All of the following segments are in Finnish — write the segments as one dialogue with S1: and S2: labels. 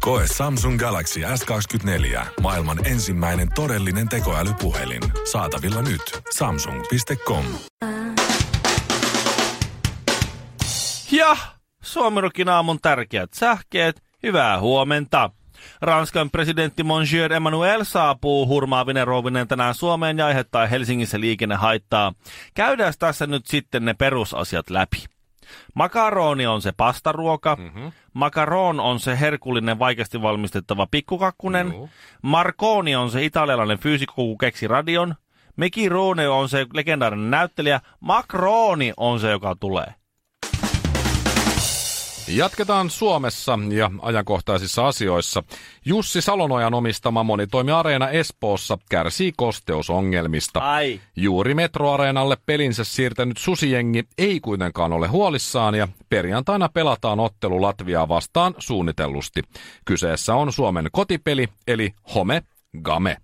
S1: Koe Samsung Galaxy S24. Maailman ensimmäinen todellinen tekoälypuhelin. Saatavilla nyt. Samsung.com.
S2: Ja Suomirokin aamun tärkeät sähkeet, hyvää huomenta. Ranskan presidentti Monsieur Emmanuel saapuu hurmaavinen rouvinen tänään Suomeen ja aiheuttaa Helsingissä liikennehaittaa. Käydään tässä nyt sitten ne perusasiat läpi. Makaroni on se pastaruoka. Mm-hmm. Makaron on se herkullinen, vaikeasti valmistettava pikkukakkunen.
S3: Joo.
S2: Marconi on se italialainen fyysikko, kun keksi radion. Meki Rooney on se legendaarinen näyttelijä. Macroni on se, joka tulee.
S3: Jatketaan Suomessa ja ajankohtaisissa asioissa. Jussi Salonojan omistama monitoimiareena Espoossa kärsii kosteusongelmista.
S2: Ai.
S3: Juuri metroareenalle pelinsä siirtänyt susijengi ei kuitenkaan ole huolissaan ja perjantaina pelataan ottelu Latviaa vastaan suunnitellusti. Kyseessä on Suomen kotipeli eli Home Game.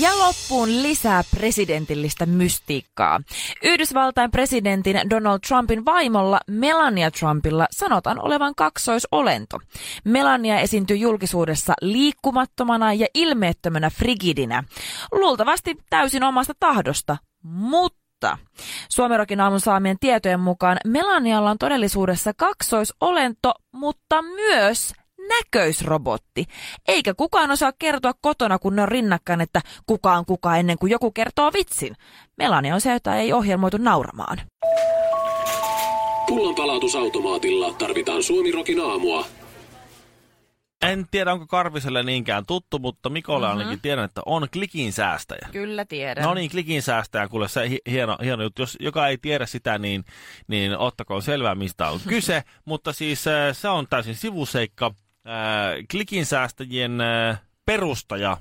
S4: Ja loppuun lisää presidentillistä mystiikkaa. Yhdysvaltain presidentin Donald Trumpin vaimolla Melania Trumpilla sanotaan olevan kaksoisolento. Melania esiintyy julkisuudessa liikkumattomana ja ilmeettömänä frigidinä. Luultavasti täysin omasta tahdosta, mutta... Suomerokin aamun saamien tietojen mukaan Melanialla on todellisuudessa kaksoisolento, mutta myös näköisrobotti. Eikä kukaan osaa kertoa kotona, kun ne on rinnakkain, että kuka on kuka ennen kuin joku kertoo vitsin. Melania on se, jota ei ohjelmoitu nauramaan.
S5: Pullonpalautusautomaatilla tarvitaan Suomirokin aamua.
S2: En tiedä, onko Karviselle niinkään tuttu, mutta Mikolle mm-hmm. ainakin tiedän, että on klikin säästäjä.
S4: Kyllä tiedän.
S2: No niin, klikin säästäjä, kuule se hi- hieno, hieno juttu. Jos joka ei tiedä sitä, niin, niin ottakoon selvää, mistä on kyse. mutta siis äh, se on täysin sivuseikka. Äh, klikin säästäjien äh, perustaja äh,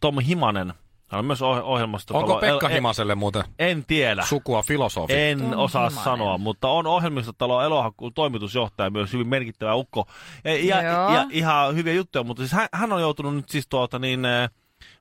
S2: Tom Himanen, hän on myös oh- ohjelmasta...
S3: Onko Pekka
S2: en,
S3: Himaselle muuten
S2: en tiedä.
S3: sukua filosofi?
S2: En
S4: Tom
S2: osaa
S4: Himanen.
S2: sanoa, mutta on ohjelmistotalo Elohakku toimitusjohtaja myös hyvin merkittävä ukko. Ja, ja,
S4: Joo.
S2: ja ihan hyviä juttuja, mutta siis hän, hän on joutunut nyt siis tuota niin, eh,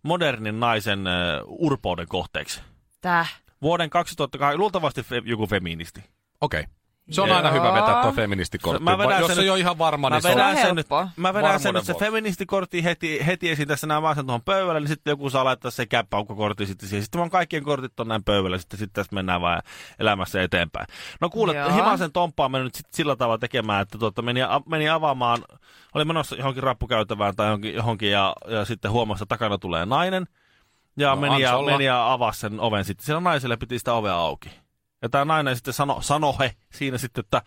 S2: modernin naisen eh, urpouden kohteeksi.
S4: Täh.
S2: Vuoden 2008, luultavasti fe, joku feministi.
S3: Okei. Se on aina
S4: Joo.
S3: hyvä vetää tuo feministikortti.
S2: Mä vedän
S3: Va- Jos
S2: sen
S3: ei
S2: nyt-
S3: ole ihan varma,
S2: Mä
S3: niin se on
S2: vedän,
S4: Se on
S2: sen nyt,
S4: helppo.
S2: mä vedän sen
S3: Varmuuden
S2: nyt se
S3: vuoksi.
S2: feministikortti heti, heti esiin tässä näin vaan sen tuohon pöydälle, niin sitten joku saa laittaa se käppäukkokortti sitten siihen. Sitten vaan kaikkien kortit on näin pöydällä, sitten, sitten tässä mennään vaan elämässä eteenpäin. No kuule,
S4: Joo.
S2: Himasen Tomppaa meni nyt sit sillä tavalla tekemään, että tuota, meni, a- meni avaamaan, oli menossa johonkin rappukäytävään tai johonkin, johonkin ja, ja sitten huomasi, että takana tulee nainen. Ja,
S3: No,
S2: meni, ja
S3: ansolla.
S2: meni ja avasi sen oven sitten. Siellä naiselle piti sitä ovea auki. Ja tämä nainen sitten sano, sanoi he siinä sitten, että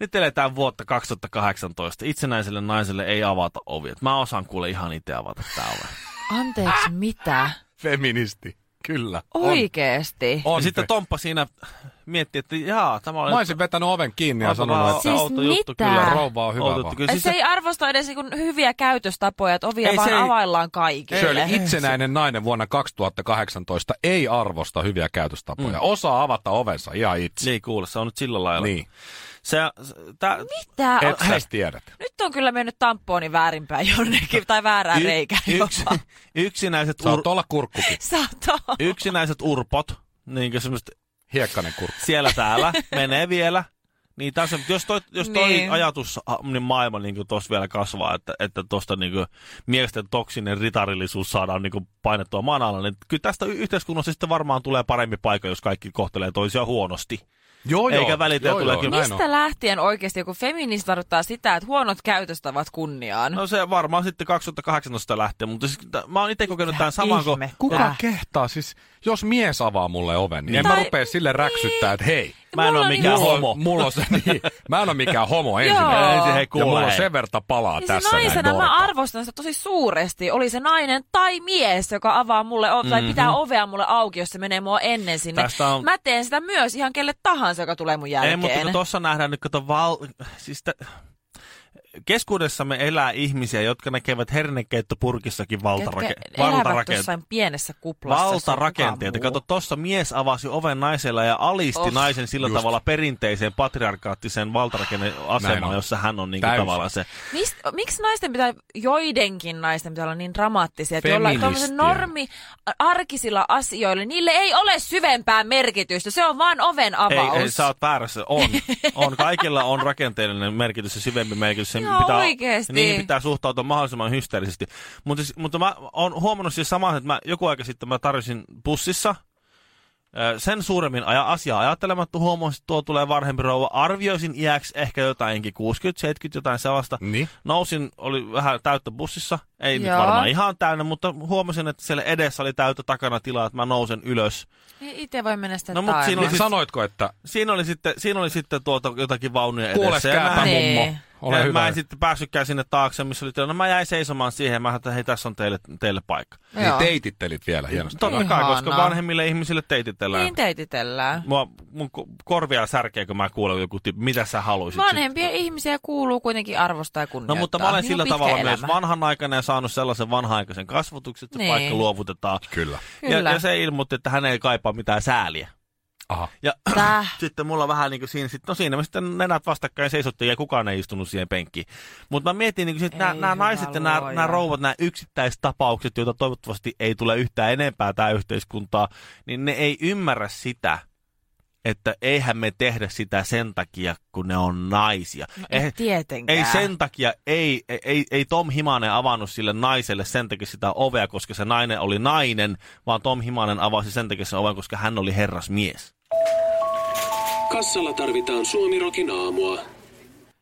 S2: nyt eletään vuotta 2018. Itsenäiselle naiselle ei avata ovia. Et Mä osaan kuule ihan itse avata tää oven.
S4: Anteeksi, mitä?
S3: feministi. Kyllä.
S4: Oikeesti?
S3: On.
S2: Ja sitten
S3: fe-
S2: Tomppa siinä miettii, että jaa, tämä oli...
S3: Mä olisin vetänyt oven kiinni ja
S2: Onpa
S3: sanonut,
S2: vaan-
S3: että
S4: Siis
S2: outo juttu
S4: mitä?
S2: kyllä.
S3: rouva on hyvä
S2: Outo juttu
S3: vaan.
S2: kyllä.
S4: Siis se ei arvosta edes niin hyviä käytöstapoja, että ovia
S2: Ei,
S4: ei,
S2: se
S4: vaan
S2: ei-
S4: availlaan kaikille.
S3: Shirley, itsenäinen nainen vuonna 2018 ei arvosta hyviä käytöstapoja.
S2: Mm.
S3: Osaa avata ovensa ihan itse.
S2: Niin kuule, se on nyt sillä lailla.
S3: Niin.
S2: Se, se, tää,
S4: Tää on...
S3: Et sä tiedät.
S4: Nyt on kyllä mennyt tampooni väärinpäin jonnekin, tai väärään reikään
S2: yks,
S4: jopa.
S2: yksinäiset, ur,
S3: Saat olla kurkkukin,
S4: Sato.
S2: yksinäiset urpot, niin kuin semmoiset
S3: hiekkanen kurkku.
S2: siellä täällä, menee vielä. Niin tässä, mutta jos toi, jos toi niin.
S4: Niin.
S2: ajatus, ah, niin maailma niin tuossa vielä kasvaa, että, että tuosta niin miesten toksinen ritarillisuus saadaan niin painettua maan alla, niin kyllä tästä y- yhteiskunnassa sitten varmaan tulee parempi paikka, jos kaikki kohtelee toisia huonosti.
S3: Joo,
S2: Eikä välitä, tulee kyllä-
S3: näin on.
S4: Mistä lähtien oikeasti joku feministi tarkoittaa sitä, että huonot käytöstavat kunniaan?
S2: No se varmaan sitten 2018 lähtee, mutta siis, t- mä oon itse kokenut tämän saman, kun
S4: ihme?
S3: Kuka
S4: Tää.
S3: kehtaa? Siis, jos mies avaa mulle oven, niin en
S4: Tai- Niin.
S3: mä rupea sille räksyttää, että hei,
S2: mä en
S4: Mulla
S2: ole
S4: on
S2: mikään
S4: ihan-
S3: mulla,
S2: homo.
S3: on- mulla on se, niin, mä en ole mikään homo
S4: Joo.
S3: ensinnäkin.
S2: Ensin hei
S3: Ja mulla
S2: kuule,
S3: on
S2: hei.
S3: sen verta palaa
S4: Ja Niin se
S3: tässä. näin
S4: naisena mä
S3: dorpaa.
S4: arvostan sitä tosi suuresti. Oli se nainen tai mies, joka avaa mulle o- tai pitää ovea mulle auki, jos se menee mua ennen sinne.
S2: Mhm. Tästä on-
S4: Mä teen sitä myös ihan kelle tahansa, joka tulee mun
S2: Ei, mutta
S4: jälkeen.
S2: kun tuossa nähdään nyt, kato, val... siis tä... keskuudessamme elää ihmisiä, jotka näkevät hernekeittopurkissakin valtarake-
S4: Jotka elävät
S2: valtarakenteita.
S4: jossain pienessä kuplassa. se on
S2: Valtarakenteita.
S4: kukaan
S2: Kato,
S4: muu.
S2: tuossa mies avasi oven naisella ja alisti
S4: Oh.
S2: oh, naisen sillä
S3: Just.
S2: tavalla perinteiseen patriarkaattiseen
S3: Näin on.
S2: valtarakenneasemaan, jossa hän on niin
S3: Täysin.
S2: tavallaan se.
S4: Mist, miksi naisten pitää, joidenkin naisten pitää olla niin dramaattisia, että jollain
S3: Feministiä.
S4: tuollaisen normi a- arkisilla asioilla, niille ei ole syvempää merkitystä, se on vaan oven avaus.
S2: Ei, ei, sä oot väärässä. On. on. Kaikilla on rakenteellinen merkitys ja syvempi merkitys. Sen
S4: Ihan
S2: pitää,
S4: oikeesti.
S2: Niihin pitää suhtautua mahdollisimman hysteerisesti. Mutta, siis, mutta mä oon huomannut siis samaa, että mä joku aika sitten mä tarjosin bussissa ö, sen suuremmin aja, asiaa ajattelematta huomasin, että tuo tulee varhempi rouva. Arvioisin iäksi ehkä jotainkin 60, 70, jotain sellaista.
S3: Niin.
S2: Nousin, oli vähän täyttä bussissa. Ei nyt
S4: Mm. Joo.
S2: varmaan ihan täynnä, mutta huomasin, että siellä edessä oli täyttä takana tilaa, että mä nousen ylös.
S4: Ei Niin, itse voi mennä sitä
S2: No, mut siinä
S4: taivaan.
S2: oli
S3: Niin
S2: Siis-
S3: sanoitko, että
S2: Siinä oli sitten, siinä oli sitten tuota, jotakin vaunuja
S3: kuule
S2: edessä. ja mä-
S3: kääpä
S4: Niin.
S3: mummo, ole
S2: ja
S3: hyvä.
S2: Mä en sitten päässytkään sinne taakse, missä oli tilanne. No mä jäin seisomaan siihen ja mä ajattelin, että hei, tässä on teille, teille paikka.
S3: Niin
S4: Joo.
S3: teitittelit vielä hienosti.
S2: Totta kai,
S4: Ihanaa.
S2: koska vanhemmille ihmisille teititellään.
S4: Niin teititellään.
S2: Mua, mun ko- korvia särkee, kun mä kuulen joku tyyppi, mitä sä haluisit.
S4: Vanhempia ihmisiä kuuluu kuitenkin arvostaa ja
S2: No
S4: kunnioittaa.
S2: mutta mä olen
S4: Niin
S2: sillä
S4: on pitkä
S2: tavalla
S4: elämä.
S2: myös vanhanaikainen ja saanut sellaisen vanhanaikaisen kasvatuksen, että
S4: Niin.
S2: niin. paikka luovutetaan.
S3: Kyllä.
S4: Kyllä.
S2: Ja, ja, se ilmoitti, että hän ei kaipaa mitään sääliä.
S3: Aha.
S2: Ja
S4: Täh.
S2: sitten mulla vähän niin kuin siinä, sit, no siinä me sitten nenät vastakkain seisottiin ja kukaan ei istunut siihen penkkiin. Mutta mä mietin, niin kuin,
S4: Ei
S2: että nämä, nämä
S4: hyvä
S2: naiset ja nämä,
S4: luoja.
S2: nämä rouvat, nämä yksittäistapaukset, joita toivottavasti ei tule yhtään enempää tämä yhteiskuntaa, niin ne ei ymmärrä sitä, että eihän me tehdä sitä sen takia, kun ne on naisia.
S4: No, ei
S2: Eihän-
S4: tietenkään.
S2: Eh, ei sen takia, ei, ei- ei, ei Tom Himanen avannut sille naiselle sen takia sitä ovea, koska se nainen oli nainen, vaan Tom Himanen avasi sen takia sen oven, koska hän oli herrasmies.
S5: Kassalla tarvitaan Suomirokin aamua.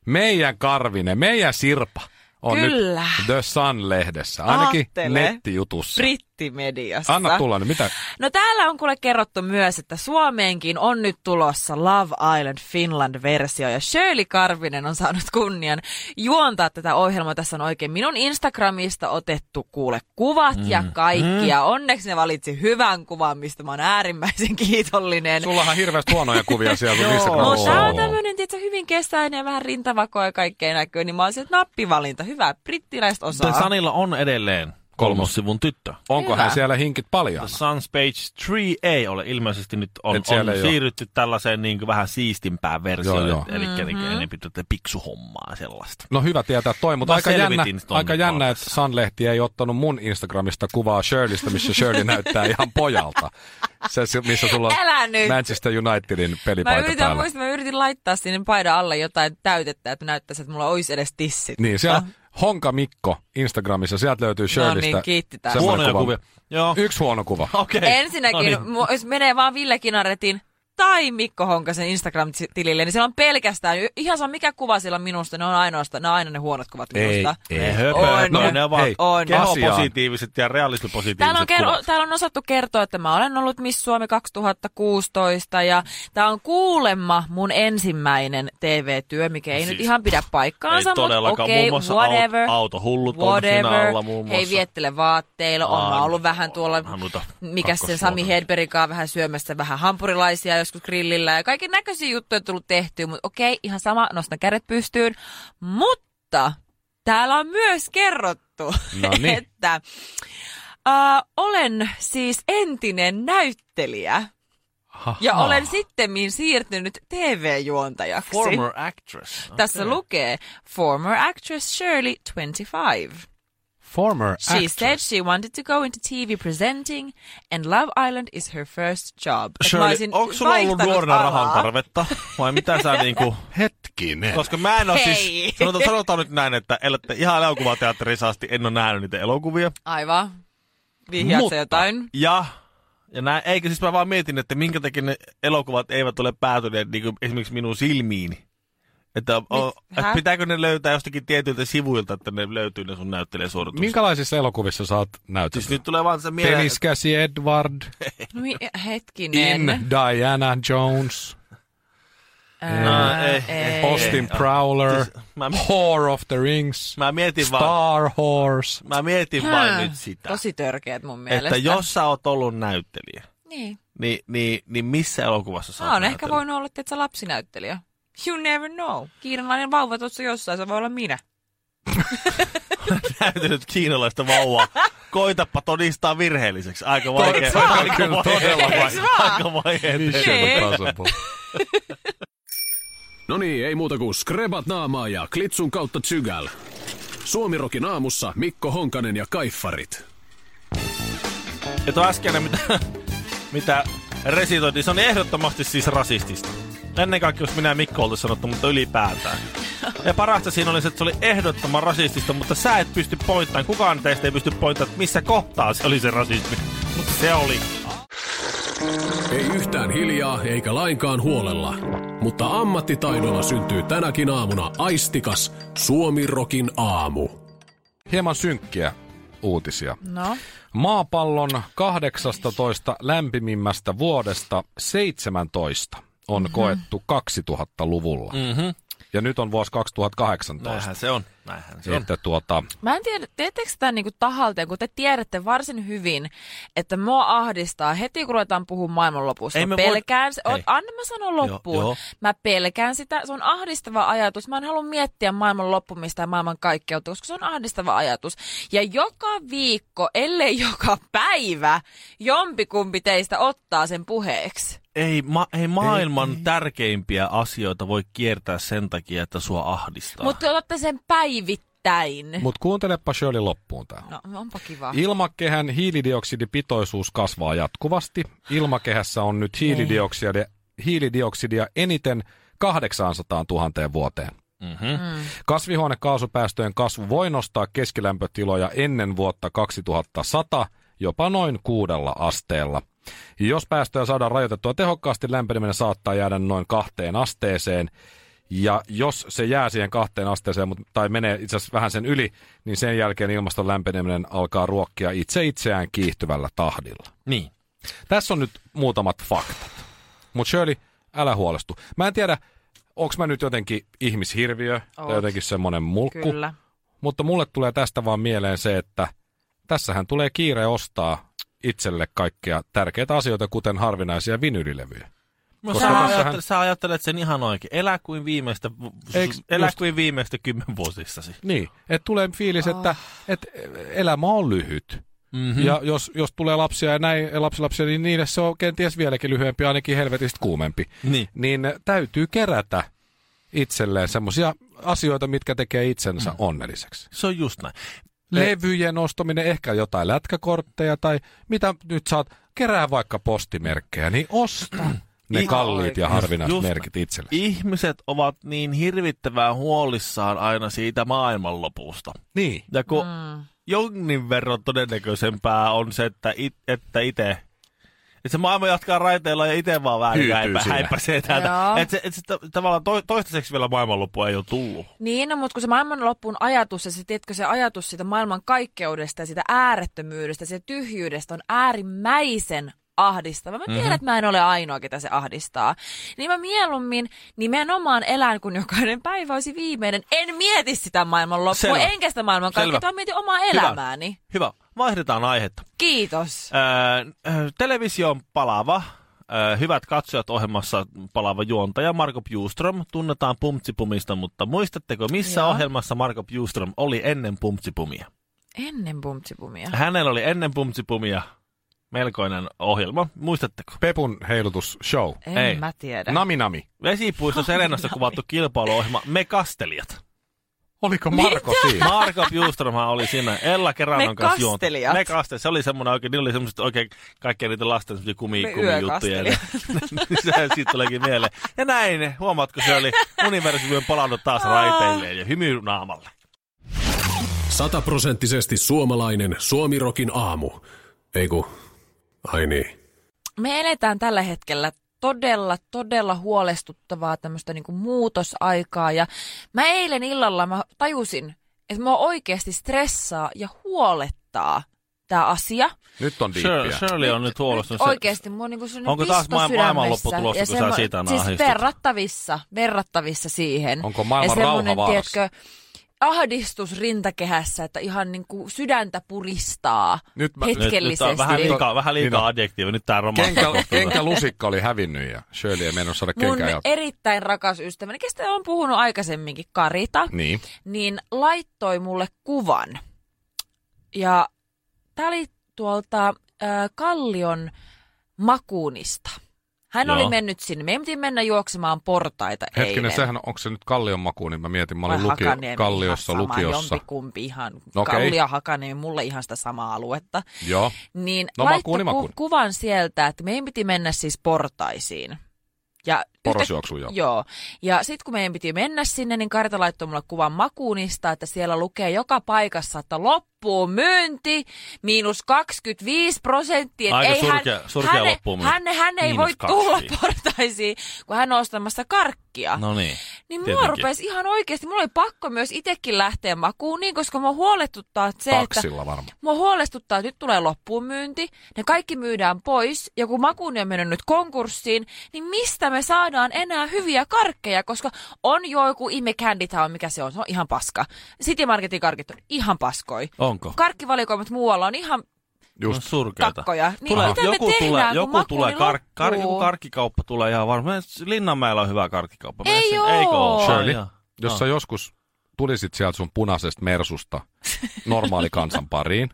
S3: Meidän Karvinen, meidän Sirpa on
S4: Kyllä.
S3: nyt The Sun-lehdessä, ainakin
S4: Aattele.
S3: nettijutussa.
S4: Brittimediassa.
S3: Anna tulla nyt, mitä?
S4: No täällä on kuule kerrottu myös, että Suomeenkin on nyt tulossa Love Island Finland-versio ja Shirley Karvinen on saanut kunnian juontaa tätä ohjelmaa. Tässä on oikein minun Instagramista otettu kuule kuvat ja
S3: Mm-hmm.
S4: kaikki ja onneksi ne valitsi hyvän kuvan, mistä mä oon äärimmäisen kiitollinen.
S3: Sullahan hirveästi huonoja kuvia siellä sun
S4: No
S3: Instagramissa.
S4: tää on tämmönen, tietsä, hyvin kesäinen ja vähän rintavakoa ja kaikkea näkyy, niin mä olisin, että nappivalinta, hyvä, brittiläiset
S2: The
S4: osaa.
S2: Sanilla on edelleen kolmossivun tyttö.
S3: Onko
S4: Hyvä.
S3: hän siellä hinkit
S2: The
S3: paljon?
S2: Sun's Page 3A ole ilmeisesti nyt on,
S3: Et siellä
S2: on
S3: ei
S2: siirrytty tällaiseen niin kuin vähän siistimpään versioon,
S3: Joo,
S2: joo, joo. eli mm-hmm. enempi tätä piksuhommaa ja sellaista.
S3: No hyvä tietää toi, mutta
S2: Mä
S3: aika jännä,
S2: selvitin ton
S3: aika jännä, että
S2: kanssa.
S3: Sun-lehti ei ottanut mun Instagramista kuvaa Shirleystä, missä Shirley näyttää ihan pojalta. Se, se, missä sulla on
S4: Älä nyt.
S3: Manchester Unitedin
S4: Mä
S3: pelipaita
S4: yritän
S3: päällä.
S4: muistaa, mä yritin laittaa sinne paidan alle jotain täytettä, että näyttäisi, että mulla olisi edes tissit.
S3: Niin, siellä Honka Mikko Instagramissa, sieltä löytyy Shirleystä.
S4: Ah. niin, kiitti tästä.
S2: Huonoja
S3: semmoinen kuva.
S2: kuvia. Ah. Joo,
S3: Yksi huono kuva.
S2: okei.
S4: Ensinnäkin, no
S2: No niin.
S4: niin. jos menee vaan Ville Kinaretin tai Mikko Honkasen Instagram-tilille, niin siellä on pelkästään, ihan saa mikä kuva siellä on minusta, ne on ainoastaan, ne on aina ne huonot kuvat minusta.
S2: Ei
S4: On.
S2: höpö, no, ne ovat
S3: Hei,
S4: on.
S2: kehopositiiviset ja
S4: Täällä on,
S2: realistipositiiviset
S4: kerro,
S2: kuvat.
S4: täällä on osattu kertoa, että mä olen ollut Miss Suomi 2016 ja tämä on kuulemma mun ensimmäinen TV-työ, mikä ei siis,
S2: Siis,
S4: nyt ihan pidä paikkaansa,
S2: ei
S4: mutta
S2: todellakaan.
S4: okei,
S2: Muun
S4: okay,
S2: muassa
S4: whatever.
S2: aut- autohullut on
S4: whatever.
S2: siinä alla muun
S4: Hei,
S2: muassa.
S4: viettele vaatteilla, on mä
S2: Aa,
S4: ollut vähän tuolla,
S2: onhan noita
S4: mikä sen Sami
S2: kakkosluokan.
S4: Hedbergin kanssa vähän syömässä vähän hampurilaisia joskus grillillä ja kaiken näköisiä juttuja on tullut tehtyä, mutta okei, ihan sama, nostan kädet pystyyn, mutta täällä on myös kerrottu,
S3: No niin.
S4: että Äh, olen siis entinen näyttelijä ja
S3: Ahaa.
S4: olen sittemmin siirtynyt TV-juontajaksi.
S2: Former actress.
S4: Tässä lukee former actress Shirley 25.
S3: Former
S4: She said she wanted to go into TV presenting and Love Island is her first job. Et mä
S2: Shirley,
S4: olisin
S2: onko sulla ollut
S4: vaihtanut
S2: nuorena
S4: alaa.
S2: rahan tarvetta? Vai mitä sä niinku...
S3: Hetkinen.
S2: Koska mä en ole
S4: Hei.
S2: siis... Sanotaan, sanotaan nyt näin, että elätte ihan elokuvateatterissa asti, en ole nähnyt niitä elokuvia.
S4: Aivan. Vihjaatko
S3: Mutta-
S4: jotain?
S2: Ja, ja näin, eikö siis mä vaan mietin, että minkä takia ne elokuvat eivät ole päätyneet niin kuin esimerkiksi minun silmiin. Että, o, että
S4: Häh?
S2: pitääkö ne löytää jostakin tietyiltä sivuilta, että ne löytyy ne sun näyttelijäsuoritukset.
S3: Minkälaisissa elokuvissa sä oot näytellyt?
S2: Siis nyt tulee vaan se mieleen, että
S3: Peliskäsi Edward,
S4: Mi- No hetkinen.
S3: In, Diana Jones,
S2: No, ei,
S4: ei.
S3: Austin Prowler,
S2: Siis mä-
S3: Whore of the Rings,
S2: mä mietin vaan,
S3: Star Horse.
S2: mä mietin vain
S4: Hää.
S2: nyt sitä,
S4: Tosi törkeät mun mielestä.
S2: että jos sä oot ollut näyttelijä,
S4: Niin.
S2: niin, niin, niin missä elokuvassa sä
S4: Mä
S2: oot
S4: oon ehkä
S2: näytellyt?
S4: voinut olla, että sä lapsinäyttelijä. You never know. Kiinalainen vauva tuossa jossain, se voi olla minä.
S2: Näytellyt kiinalaista vauvaa. Koitapa todistaa virheelliseksi. Aika vaikea.
S3: Toi- toi on
S2: aika
S3: kyllä todella
S2: vaikea.
S4: Eiks vaan?
S2: Aika vaikea.
S4: Niin.
S3: Impossible.
S5: No niin, ei muuta kuin skrebat naamaa ja klitsun kautta tsygäl. Suomirokin aamussa Mikko Honkanen ja Kaiffarit.
S2: Ja tuo äskeinen, mitä, mitä resitoitiin, se on ehdottomasti siis rasistista. Ennen kaikkea, jos minä ja Mikko oltiin sanottu, mutta ylipäätään. Ja parasta siinä oli se, että se oli ehdottoman rasistista, mutta sä et pysty pointtamaan. Kukaan teistä ei pysty pointtamaan, että missä kohtaa se oli se rasismi. Mutta se oli.
S5: Ei yhtään hiljaa eikä lainkaan huolella, mutta ammattitaidolla syntyy tänäkin aamuna aistikas Suomirokin aamu.
S3: Hieman synkkiä uutisia.
S4: No,
S3: Maapallon 18 lämpimimmästä vuodesta 17 on mm-hmm. koettu 2000-luvulla. Mm-hmm. Ja nyt on vuosi 2018.
S2: se on. Niin. Näinhän
S3: Että tuota,
S4: mä en tiedä, teettekö sitä niinku tahalteen, kun te tiedätte varsin hyvin, että mua ahdistaa heti, kun ruvetaan puhumaan maailmanlopusta.
S2: Ei
S4: Ei
S2: me
S4: mä
S2: voi-
S4: pelkään, se,
S2: Ei.
S4: oot, anna mä sanon loppuun.
S2: joo.
S4: Joo, Mä pelkään sitä, se on ahdistava ajatus. Mä en halua miettiä maailman loppumista ja maailman kaikkeutta, koska se on ahdistava ajatus. Ja joka viikko, ellei joka päivä, jompikumpi teistä ottaa sen puheeksi.
S2: Ei, ma- ei maailman ei, ei. tärkeimpiä asioita voi kiertää sen takia, että sua ahdistaa.
S4: Mutta te otatte sen päivittäin.
S3: mutta kuuntelepa Shirley loppuun tämä.
S4: No, onpa kiva.
S3: Ilmakehän hiilidioksidipitoisuus kasvaa jatkuvasti. Ilmakehässä on nyt hiilidioksidia, hiilidioksidia eniten 800 000 vuoteen.
S2: mm-hmm.
S3: Kasvihuonekaasupäästöjen kasvu voi nostaa keskilämpötiloja ennen vuotta 2100 jopa noin kuudella asteella. Jos päästöjä saadaan rajoitettua tehokkaasti, lämpeneminen saattaa jäädä noin kahteen asteeseen. Ja jos se jää siihen kahteen asteeseen, mut- tai menee itse asiassa vähän sen yli, niin sen jälkeen ilmaston lämpeneminen alkaa ruokkia itse itseään kiihtyvällä tahdilla.
S2: Niin.
S3: Tässä on nyt muutamat faktat. Mutta Shirley, älä huolestu. Mä en tiedä, onks mä nyt jotenkin ihmishirviö tai
S4: Oot.
S3: jotenkin semmonen mulkku.
S4: Kyllä.
S3: Mutta mulle tulee tästä vaan mieleen se, että tässähän tulee kiire ostaa itselle kaikkea tärkeitä asioita, kuten harvinaisia vinylilevyjä.
S2: No,
S3: Koska
S2: sä,
S3: tässähän-
S2: ajattelet, sä ajattelet sen ihan oikein. Elä kuin viimeistä,
S3: Eiks
S2: elä
S3: just-
S2: kuin viimeistä kymmenvuosissasi.
S3: Niin, että tulee fiilis, että,
S2: Ah.
S3: että elämä on lyhyt. Mm-hmm. Ja jos, jos tulee lapsia ja näin ja lapsilapsia, niin niille se on kenties vieläkin lyhyempi, ainakin helvetistä kuumempi.
S2: Niin.
S3: Niin täytyy kerätä itselleen semmoisia asioita, mitkä tekee itsensä mm. onnelliseksi.
S2: Se on just näin.
S3: Levyjen ostaminen, ehkä jotain lätkäkortteja tai mitä nyt saat, kerää vaikka postimerkkejä, niin osta ne
S2: Ihan
S3: kalliit ja
S2: oikein.
S3: harvinaiset
S2: Just näin.
S3: merkit itselle.
S2: Ihmiset ovat niin hirvittävää huolissaan aina siitä maailmanlopusta.
S3: Niin.
S2: Ja kun mm. jonkin verran todennäköisempää on se, että, it, että itse... Että se maailma jatkaa raiteilla ja itse vaan
S3: Hyytyy
S2: vähän häipä,
S3: siinä.
S2: häipäisee
S4: Joo.
S2: täältä. Että se, et se ta- tavallaan to, toistaiseksi vielä maailmanloppu ei ole tullut.
S4: Niin, no, mutta kun se maailmanloppuun ajatus ja se, tiedätkö, se ajatus siitä maailman kaikkeudesta ja siitä äärettömyydestä, se tyhjyydestä on äärimmäisen ahdistava. Mä
S2: Mhm.
S4: tiedän, mm-hmm. että mä en ole ainoa, ketä se ahdistaa. Niin mä mieluummin nimenomaan elän, kun jokainen päivä olisi viimeinen. En mieti sitä maailmanloppua,
S2: Selvä.
S4: enkä sitä maailman
S2: Selvä.
S4: kaikkeutta, vaan mietin omaa elämääni. Hyvä.
S2: Hyvä. Vaihdetaan aihetta.
S4: Kiitos.
S2: Öö, öö, televisio on palava. Öö, hyvät katsojat ohjelmassa palava juontaja Marko Bjuström. Tunnetaan Pumtsipumista, mutta muistatteko missä Joo.
S4: Joo.
S2: ohjelmassa Marko Bjuström oli ennen Pumtsipumia?
S4: Ennen bumtsipumia.
S2: Hänellä oli ennen Pumtsipumia melkoinen ohjelma. Muistatteko?
S3: Pepun heilutusshow.
S4: En
S2: Ei.
S4: mä tiedä.
S3: Nami nami.
S2: Vesipuisto Serenassa kuvattu kilpailuohjelma Me kastelijat.
S3: Oliko Marko Mitä? siinä?
S2: Marko Bjuströmhän oli siinä Ella Kerannon
S4: Me
S2: kanssa juonta.
S4: kastelijat.
S2: Me kastelijat. Se oli semmoinen oikein, niillä oli semmoiset oikein kaikkea niitä lasten semmoisia kumi,
S4: Me
S2: kumi juttuja.
S4: yökastelijat.
S2: Sehän siitä tuleekin mieleen. Ja näin, huomaatko, se oli universumi on palannut taas raiteilleen ja hymy naamalle.
S5: Sataprosenttisesti suomalainen Suomirokin aamu. Eiku, ai niin.
S4: me eletään tällä hetkellä todella, todella huolestuttavaa tämmöistä niinku muutosaikaa. Ja mä eilen illalla mä tajusin, että mua oikeasti stressaa ja huolettaa tämä asia.
S3: Nyt on
S2: Shir-
S3: diippiä.
S2: Shirley on No nyt huolestunut.
S4: Nyt
S2: Se-
S4: oikeasti mua niinku sellainen
S2: Onko taas
S4: pisto
S2: maailman-
S4: sydämessä
S2: maailmanloppu tulossa,
S4: ja
S2: kun sä
S4: semmo-
S2: siitä aina
S4: Siis
S2: ahdistut?
S4: verrattavissa, verrattavissa siihen.
S3: Onko maailman
S4: Ja semmonen,
S3: rauha vaarassa?
S4: tiedätkö, ahdistus rintakehässä, että ihan niin kuin sydäntä puristaa
S3: Nyt
S4: nyt
S3: mä-
S4: mä,
S2: Nyt,
S3: nyt-
S2: nyt on
S4: hetkellisesti.
S2: vähän
S3: Niin.
S2: liikaa, vähän
S3: Niin
S2: liikaa
S3: on.
S2: adjektiivi. Nyt tää romahtaa.
S3: Kenkä, kenkälusikka oli hävinnyt ja Shirley ei mennyt saada
S4: Mun
S3: kenkää.
S4: erittäin rakas ystäväni, kestä on puhunut aikaisemminkin, Karita,
S3: Niin.
S4: niin laittoi mulle kuvan. Ja tää oli tuolta äh, Kallion makuunista. Hän Joo.
S2: Joo.
S4: oli mennyt sinne. Me piti mennä juoksemaan portaita
S3: Hetkinen,
S4: eilen.
S3: sehän on, onko se nyt Kallion maku, niin mä mietin, mä olin
S4: Vai
S3: lukio,
S4: Hakaniemi,
S3: Kalliossa
S4: ihan sama,
S3: lukiossa.
S4: Jompikumpi ihan.
S3: No
S4: Okay.
S3: okei.
S4: Kallio ja Hakaniemi, mulle ihan sitä samaa aluetta.
S3: Joo,
S4: Niin
S3: No
S4: no,
S3: makuuni,
S4: laittoi
S3: makuuni.
S4: ku- kuvan sieltä, että meidän piti mennä siis portaisiin. Ja yhtä-
S3: porosjuoksuun joo.
S4: Joo. Ja sitten kun meidän piti mennä sinne, niin Karita laittoi mulle kuvan makuunista, että siellä lukee joka paikassa, että loppuu myynti, miinus 25 prosenttia.
S2: Aika
S4: ei
S2: surkea-
S4: hän,
S2: surkea
S4: hän,
S2: loppuun myynti.
S4: hän, hän ei
S2: Miinus
S4: voi
S2: kaksi.
S4: tulla portaisiin, kun hän on ostamassa karkkia.
S2: No niin.
S4: Niin mua
S2: Tietenkin.
S4: rupesi ihan oikeasti, mulla oli pakko myös itsekin lähteä makuun, niin koska mua huolestuttaa se, että...
S3: Taksilla varmaan.
S4: Mua huolestuttaa, että nyt tulee loppuun myynti, ne kaikki myydään pois, ja kun makuuni on mennyt nyt konkurssiin, niin mistä me saadaan enää hyviä karkkeja, koska on jo joku ihme Candy Town, mikä se on, se on ihan paska. City Marketin karkit on ihan paskoi.
S2: Onko?
S4: Karkkivalikoimat muualla on ihan
S2: Just. No, surkeata.
S4: kakkoja. Niin
S2: Tulee,
S4: mitä
S2: joku
S4: me tehdään,
S2: tulee,
S4: kun
S2: joku
S4: makuuni
S2: tulee kar, kar, joku
S4: loppuu?
S2: karkkikauppa tulee ihan varmaan. Linnanmäellä on hyvä karkkikauppa. Mene
S4: Ei
S2: sinne.
S4: oo.
S2: Eikö oo?
S3: Shirley,
S2: Ai joo.
S3: jos
S2: Joo.
S3: sä joskus tulisit sieltä sun punaisesta mersusta normaali kansan
S4: No
S3: pariin,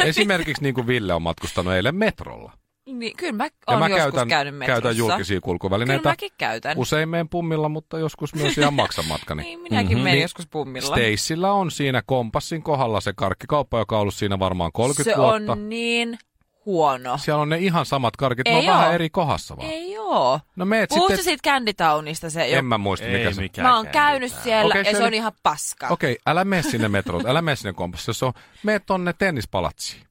S3: esimerkiksi niin kuin Ville on matkustanut eilen metrolla.
S4: Niin, kyllä mä
S3: Ja
S4: oon
S3: mä
S4: joskus
S3: käytän,
S4: käynyt metrossa.
S3: käytän julkisia kulkuvälineitä.
S4: Kyllä mäkin käytän.
S3: Usein meen pummilla, mutta joskus myös ihan maksan matkani.
S4: Niin, minäkin mm-hmm. menen joskus pummilla.
S3: Stacella on siinä kompassin kohdalla se karkkikauppa, joka on ollut siinä varmaan 30
S4: se
S3: vuotta.
S4: on niin huono.
S3: Siellä on ne ihan samat karkit, ne
S4: Ei
S3: on vähän
S4: oo.
S3: eri kohdassa vaan.
S4: Ei oo.
S3: No meet
S4: Puhutko
S3: sitten,
S4: sitten... siitä Candy Townista se jo?
S3: en mä muista mikä
S2: Ei
S3: se.
S2: mikään
S4: Mä oon
S2: käy
S4: käynyt
S2: mitään.
S4: siellä
S3: Okei,
S4: okay, ja
S3: se
S4: se on
S3: oli-
S4: ihan paska. Okay.
S3: Okei, älä mene sinne metrot, älä mene sinne kompassissa, se on, mene tonne tennispalatsiin.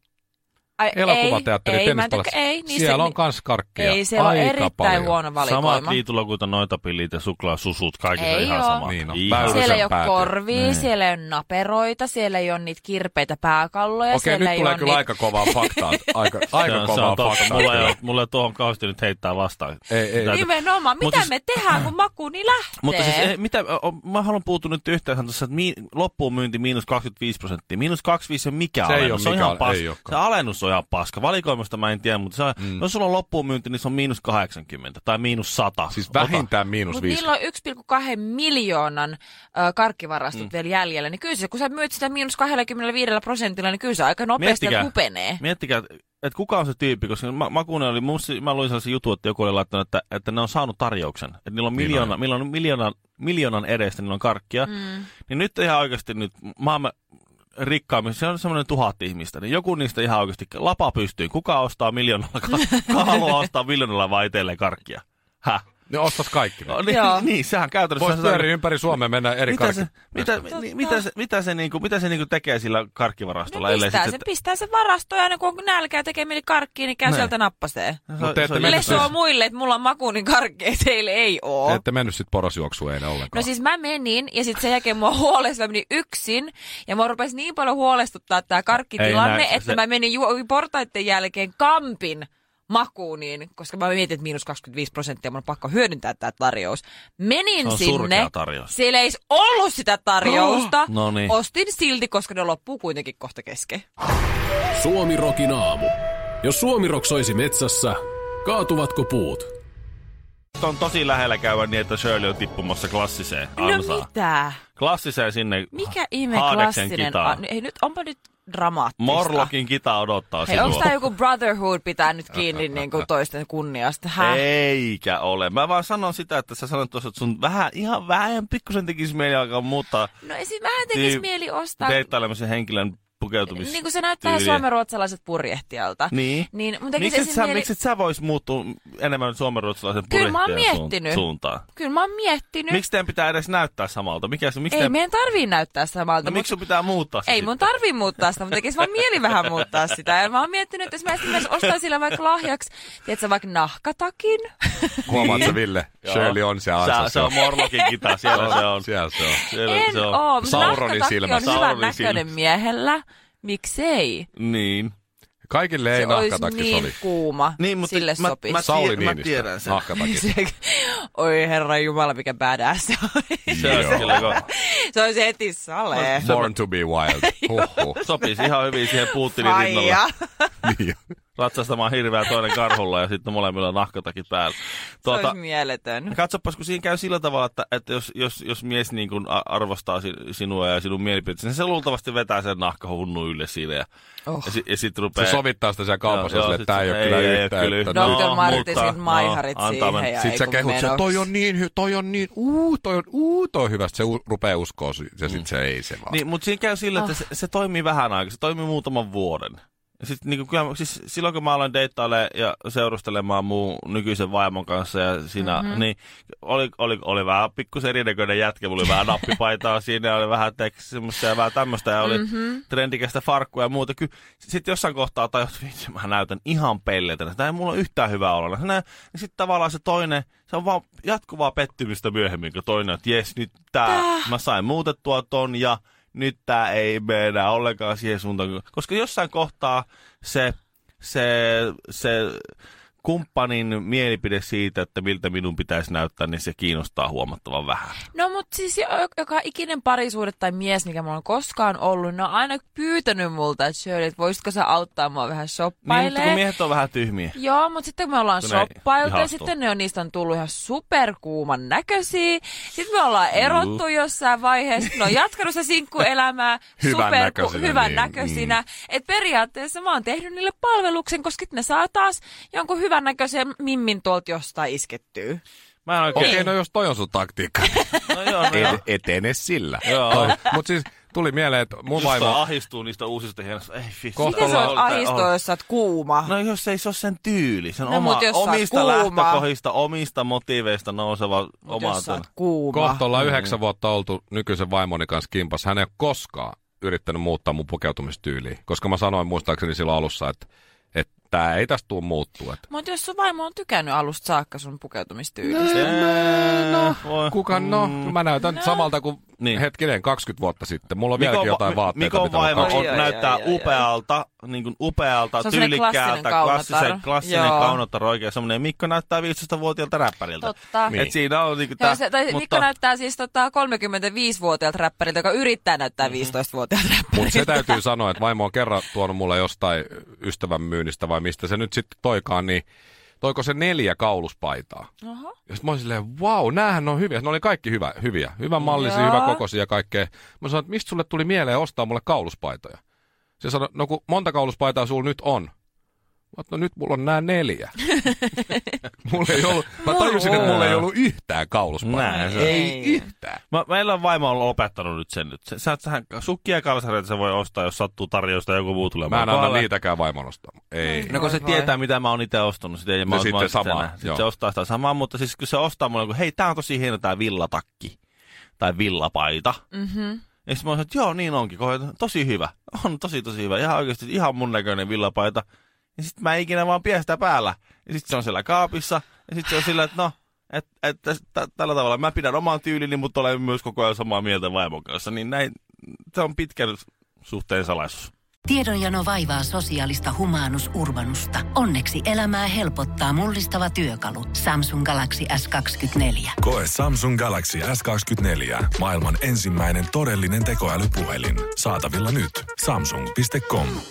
S4: Ai,
S3: Elokuvateatteri,
S4: ei, ei, mä en
S3: tennispalatsi.
S4: tykkää- ei, niin
S3: Siellä
S4: se,
S3: on kans karkkia.
S4: Ei, siellä on
S3: Aika
S4: erittäin
S3: paljon.
S4: huono
S2: Samat
S4: valikoima.
S2: liitulokut on noita pilit ja suklaasusut, kaikki on
S4: Ei
S2: ihan
S4: oo.
S2: samat.
S3: Niin on.
S2: Ihan
S3: Väyrysen
S4: Siellä ei ole
S3: päätyy.
S4: korvia,
S2: Niin.
S4: siellä ei ole naperoita, siellä ei ole niitä kirpeitä pääkalloja.
S3: Okei,
S4: siellä
S3: nyt
S4: ei
S3: tulee
S4: ole niin-
S3: kyllä
S4: niitä...
S3: aika kovaa faktaa. Aika, aika
S2: se on, se
S3: kovaa
S2: on totta.
S3: faktaa.
S2: Mulla ei,
S3: kyllä.
S2: ole- mulla ei ole tuohon kauheasti nyt heittää vastaan.
S3: Ei, ei.
S2: Täytyy-
S4: Nimenomaan,
S2: Mut
S4: mitä
S2: siis-
S4: me tehdään, kun makuuni lähtee?
S2: Mutta siis, eh, mitä, o- o- mä haluan puuttua nyt yhteen sanoa tässä, että mi- loppuun myynti miinus 25 prosenttia. Miinus 25 on mikä
S3: Se ei
S2: alennus?
S3: oo
S2: se on
S3: mikä-
S2: ihan
S3: ei
S2: paska.
S3: ookaan.
S2: Se alennus on ihan paska. Valikoimasta mä en tiedä, mutta se on, mm. jos sulla on loppuun myynti, niin se on miinus 80 tai miinus 100.
S3: Siis
S2: Ota.
S3: vähintään miinus
S4: Mutta
S3: viisi.
S4: niillä on 1,2 miljoonan ö, karkkivarastot mm. vielä jäljellä, niin kyllä se, kun sä myyt sitä miinus 25 prosentilla, niin kyllä se aika nopeasti
S2: Miettikää.
S4: hupenee.
S2: Miettikää, että kuka on se tyyppi, koska mä, makuunen oli, mun, mä luin sellaisen jutun, että joku oli laittanut, että, että ne on saanut tarjouksen. Että niillä on,
S3: Niin
S2: miljoona, niillä on miljoona, miljoonan edestä, niillä on karkkia. Mm. Niin nyt ihan oikeasti nyt maamme rikkaammin, se on semmoinen tuhat ihmistä, niin joku niistä ihan oikeasti lapa pystyy. Kuka ostaa miljoonalla, ka- kuka haluaa ostaa miljoonalla vai itselleen karkkia? Häh?
S3: Ne ostat kaikki.
S2: No, niin,
S4: Joo.
S2: niin, sehän käytännössä...
S3: Voisi
S2: sehän-
S3: pyöriä ympäri Suomea mennä eri
S2: mitä se,
S3: karkki.
S2: mitä, ni- mitä, se, mitä se, niinku, mitä se niinku tekee sillä karkkivarastolla?
S4: Ne
S2: ellei
S4: No pistää,
S2: sit
S4: sen, pistää sen varastoon ja aina kun on nälkää tekee mieli karkkiin, niin käy
S2: Näin.
S4: sieltä nappaseen.
S2: se on-
S3: Mut
S2: se
S3: te
S2: on
S3: ette mene
S2: jännä.
S4: Lesoo muille, että mulla on makuunin karkkeja, teille ei oo.
S2: Oh.
S3: Ette mennyt sit porosjuoksuun eilen ollenkaan.
S4: No siis mä menin ja sitten sen jälkeen mua huolestui, mä menin yksin ja mua rupesi niin paljon huolestuttaa tämä karkkitilanne,
S2: Ei näe,
S4: että
S2: se-
S4: mä menin ju- portaiden jälkeen kampin makuuniin, koska mä mietin, että miinus 25 prosenttia mun on pakko hyödyntää tämä tarjous.
S2: Se
S4: Menin
S2: on surkea
S4: sinne,
S2: tarjous.
S4: siellä ei ollut sitä tarjousta,
S2: Oh, no niin.
S4: ostin silti, koska ne loppuu kuitenkin kohta kesken.
S5: Suomi Rokin aamu. Jos Suomi Rock soisi metsässä, kaatuvatko puut?
S2: Nyt on tosi lähellä käydä niin, että Shirley on tippumassa klassiseen
S4: No
S2: ansaan.
S4: mitä?
S2: klassiseen sinne.
S4: Mikä ihme
S2: Haadeksen
S4: klassinen...
S2: kitaa.
S4: A, ei nyt, onpa nyt dramaattista.
S2: Morlokin kita odottaa
S4: Hei, onko
S2: sinua.
S4: tämä joku brotherhood pitää nyt kiinni niin kuin toisten kunniasta? Hä?
S2: Eikä ole. Mä vaan sanon sitä, että sä sanoit tuossa, että sun vähän, ihan vähän pikkusen tekisi mieli alkaa muuttaa
S4: No ei siis vähän tekisi
S2: Niin,
S4: mieli ostaa,
S2: deittailemisen henkilön pukeutumista.
S4: niin kuin se näyttää suomenruotsalaiset purjehtijalta.
S2: Niin.
S4: niin mun tekisi
S2: Miksi et,
S4: esim.
S2: sä,
S4: mieli...
S2: miksi et sä vois muuttua enemmän suomenruotsalaisen
S4: Kyllä mä oon
S2: purjehtijan suun-
S4: miettinyt.
S2: suuntaan?
S4: Kyllä mä oon miettinyt.
S2: Miksi teidän pitää edes näyttää samalta? Mikä se, miksi
S4: ei,
S2: teidän...
S4: meidän tarvii näyttää samalta,
S2: no, miksi sun pitää muuttaa se
S4: Ei
S2: sitten?
S4: mun tarvii muuttaa sitä, mutta tekisi vaan mieli vähän muuttaa sitä. Ja mä oon miettinyt, että jos mä esimerkiksi ostan sillä vaikka lahjaksi, tiedätkö, vaikka nahkatakin.
S3: Huomaat sä, Ville? Shirley on se
S2: Sä,
S3: ansa.
S2: se on Morlokin kita, siellä se on.
S3: Siellä se on.
S2: Siellä
S4: en
S2: se on.
S4: oo, mutta
S3: Sauronin
S4: nahkatakki on
S3: silmässä.
S4: hyvän
S2: Sauronin
S4: näköinen
S2: silmässä.
S4: miehellä. Miksei?
S2: Niin.
S3: Kaikille ei
S4: se olisi
S3: nahkatakki
S4: niin
S3: sovi.
S4: kuuma.
S2: Niin, mutta
S4: Sille
S2: mä,
S4: sopisi.
S2: mä,
S3: Sauli
S2: tie- mä
S3: Niinistö,
S2: tiedän sen.
S3: nahkatakki.
S4: Se- Oi herra jumala, mikä badass se oli.
S2: Se olisi kyllä, kun
S4: Se olisi heti sale.
S3: Born to be wild. Huhhuh.
S2: sopisi ihan hyvin siihen Putinin
S4: Faija.
S2: rinnalle.
S3: Niin.
S2: Ratsastamaan hirveä toinen karhulla ja sitten molemmilla nahkatakin päällä. Tuota,
S4: Se olisi mieletön.
S2: Katsopas, kun siinä käy sillä tavalla, että, että jos, jos, jos mies niin kuin arvostaa si- sinua ja sinun mielipiteesi, niin se luultavasti vetää sen nahkahunnu ylle siinä. Ja, oh. ja, si- ja sitten
S3: Se
S2: rupeaa...
S3: yhteen. sitä siellä kaupassa
S2: Joo, joo,
S3: sille, että tämä ei
S2: sit
S3: ole
S2: se-
S3: kyllä
S2: ei, ei,
S3: yhtään.
S2: kyllä
S3: yhtään.
S2: yhtään.
S3: No.
S4: Dr.
S2: mutta-
S4: Martisin maiharit
S2: no, antaa
S4: siihen
S2: mennä.
S4: ja
S3: Sitten sä
S4: ei kun
S3: kehut sen,
S4: menoksi.
S3: toi on niin hy, toi on niin, uu, toi on, uu, toi on hyvä. Sitten se u, rupeaa uskoa si- ja sitten se ei se vaan.
S2: Niin, mutta siinä käy sillä, että se, se toimii vähän aikaa, se toimii muutaman vuoden. Ja sit, niin kyllä, siis silloin kun mä aloin deittailemaan ja seurustelemaan mun nykyisen vaimon kanssa, ja siinä, mm-hmm. niin oli, oli, oli vähän pikkusen erinäköinen jätkä, mulla oli vähän nappipaitaa siinä, ja oli vähän tekstiä semmoista ja vähän tämmöistä, ja oli mm-hmm. trendikästä farkkua ja muuta. Kyllä sitten jossain kohtaa tajus, vitsi, mä näytän ihan pelletä. Tämä ei mulla ole yhtään hyvää olla. Nä, ja sitten tavallaan se toinen, se on vaan jatkuvaa pettymystä myöhemmin, kun toinen, että jes, nyt tää, mä sain muutettua ton, ja nyt tää ei mene ollenkaan siihen suuntaan. Koska jossain kohtaa se, se, se kumppanin mielipide siitä, että miltä minun pitäisi näyttää, niin se kiinnostaa huomattavan vähän. Niin,
S4: No mut siis jo- joka ikinen parisuhde tai mies, mikä mulla on koskaan ollut, ne on aina pyytänyt multa, että Shirley, että voisitko sä auttaa mua vähän
S2: Niin, mutta kun
S4: shoppailemaan.
S2: miehet on vähän tyhmiä.
S4: Joo, mutta sitten kun me ollaan
S2: Kun ne
S4: shoppailtu ja
S2: ihastuu.
S4: sitten ne on, niistä on tullut ihan superkuuman näköisiä. Sitten me ollaan erottu jossain vaiheessa. Ne on jatkanut se sinkkuelämää
S3: Hyvän
S4: superku-
S3: näköisinä,
S4: hyvän
S3: niin,
S4: näköisinä. Et periaatteessa mä oon tehnyt niille palveluksen, koska sitten ne saa taas jonkun hyvän näköisen mimmin tuolta jostain iskettyä.
S2: Mä en oikein...
S3: Okei,
S4: Niin.
S3: okay, no jos toi on sun taktiikka,
S2: No joo, no joo.
S3: et, etene sillä.
S2: Joo.
S3: Mutta siis tuli mieleen, että mun
S2: Just vaan
S3: vaimo...
S2: ahistuu niistä uusista hienoista. Ei vitsi.
S3: Kohta
S4: Miten sä voit
S2: Ollaan-
S4: ahistua, jos sä oot kuuma?
S2: No jos ei se ole sen tyyli, sen
S4: No,
S2: no, oma,
S4: mut jos sä oot
S2: omista
S4: kuuma.
S2: lähtökohdista, omista motiiveista nouseva
S4: Mut
S2: oma
S4: jos sä
S2: ton.
S4: oot kuuma.
S3: Kohta
S2: Niin,
S3: ollaan yhdeksän vuotta oltu nykyisen vaimoni kanssa kimpas. Hän ei ole koskaan yrittänyt muuttaa mun pukeutumistyyliä, koska mä sanoin muistaakseni silloin alussa, että että tämä ei tästä tule muuttua. Että
S4: Mutta jos sun vaimo on tykännyt alusta saakka sun pukeutumistyylistä.
S3: No,
S2: voi.
S3: kuka no? Mä näytän samalta kuin niin.
S2: Mm. Niin.
S3: hetkinen 20 vuotta sitten. Mulla on
S2: Mikon
S3: vieläkin
S2: va-
S3: jotain
S2: Mi-
S3: vaatteita.
S2: Mikon
S3: mitä mä
S2: vaimo
S3: kaksi-
S2: on,
S4: Ai, ai,
S2: näyttää
S4: ai, ai, ai.
S2: upealta, niin kuin upealta,
S4: Se on semmoinen
S2: tyylikkäältä,
S4: klassinen
S2: klassisen,
S4: kaunotar.
S2: klassinen
S4: Joo.
S2: kaunotar oikein. Semmoinen Mikko näyttää 15-vuotiaalta räppäriltä.
S4: Totta.
S3: Niin.
S2: Et siinä on niin kuin
S4: Joo,
S2: tää,
S4: se, tai mutta... Mikko näyttää siis tota 35-vuotiaalta räppäriltä, joka yrittää näyttää 15-vuotiaalta
S3: Mutta
S4: räppäriltä.
S3: se täytyy sanoa, että vaimo on kerran tuonut mulle jostain ystävän myynnistä vai mistä se nyt sitten toikaan, niin toiko se neljä kauluspaitaa.
S4: Oho.
S3: Ja sitten mä olin silleen, vau, näähän on hyviä. Ne oli kaikki hyvä, hyviä. Hyvän mallisia,
S4: Joo.
S3: hyvä kokoisia ja kaikkea. Mä sanoin, että mistä sulle tuli mieleen ostaa mulle kauluspaitoja? Se sanoi, no kun monta kauluspaitaa sulla nyt on. Mä oot, no nyt mulla on nämä neljä. mulla ei ollut, mä tajusin, että mulla ei ollut yhtään
S2: Näin
S3: kauluspaitaa.
S2: se
S4: on.
S3: Ei yhtään.
S2: Mä, meillä on vaimo on lopettanut nyt sen nyt. Se, sä, sä, sukkia ja kalsareita se voi ostaa, jos sattuu tarjousta ja joku muu tulee.
S3: Mä en anna
S2: paikalle.
S3: niitäkään vaimon ostaa. Ei.
S2: No kun se
S4: Vai vai.
S2: tietää, mitä mä oon itse ostanut. Sitä, ja mä,
S3: No
S2: mä
S3: sitten samaa, joo.
S2: Sitten se ostaa sitä samaa, mutta siis kun se ostaa mulle, kun hei, tää on tosi hieno tää villatakki. Tai villapaita. Mm-hmm. Ja sitten mä oon että joo, niin onkin. Kohta, tosi hyvä. On tosi, tosi hyvä. Ihan oikeasti ihan mun näköinen villapaita. Ja sitten mä en ikinä vaan pidä sitä päällä. Ja sitten se on siellä kaapissa. Ja sitten se on sillä, että no, et, et, täs- tä- tällä tavalla mä pidän oman tyylini, mutta olen myös koko ajan samaa mieltä vaimon kanssa. Niin näin, se on pitkän suhteen salaisuus.
S6: Tiedonjano vaivaa sosiaalista humanus urbanusta. Onneksi elämää helpottaa mullistava työkalu. Samsung Galaxy S24.
S1: Koe Samsung Galaxy S24. Maailman ensimmäinen todellinen tekoälypuhelin. Saatavilla nyt. Samsung.com.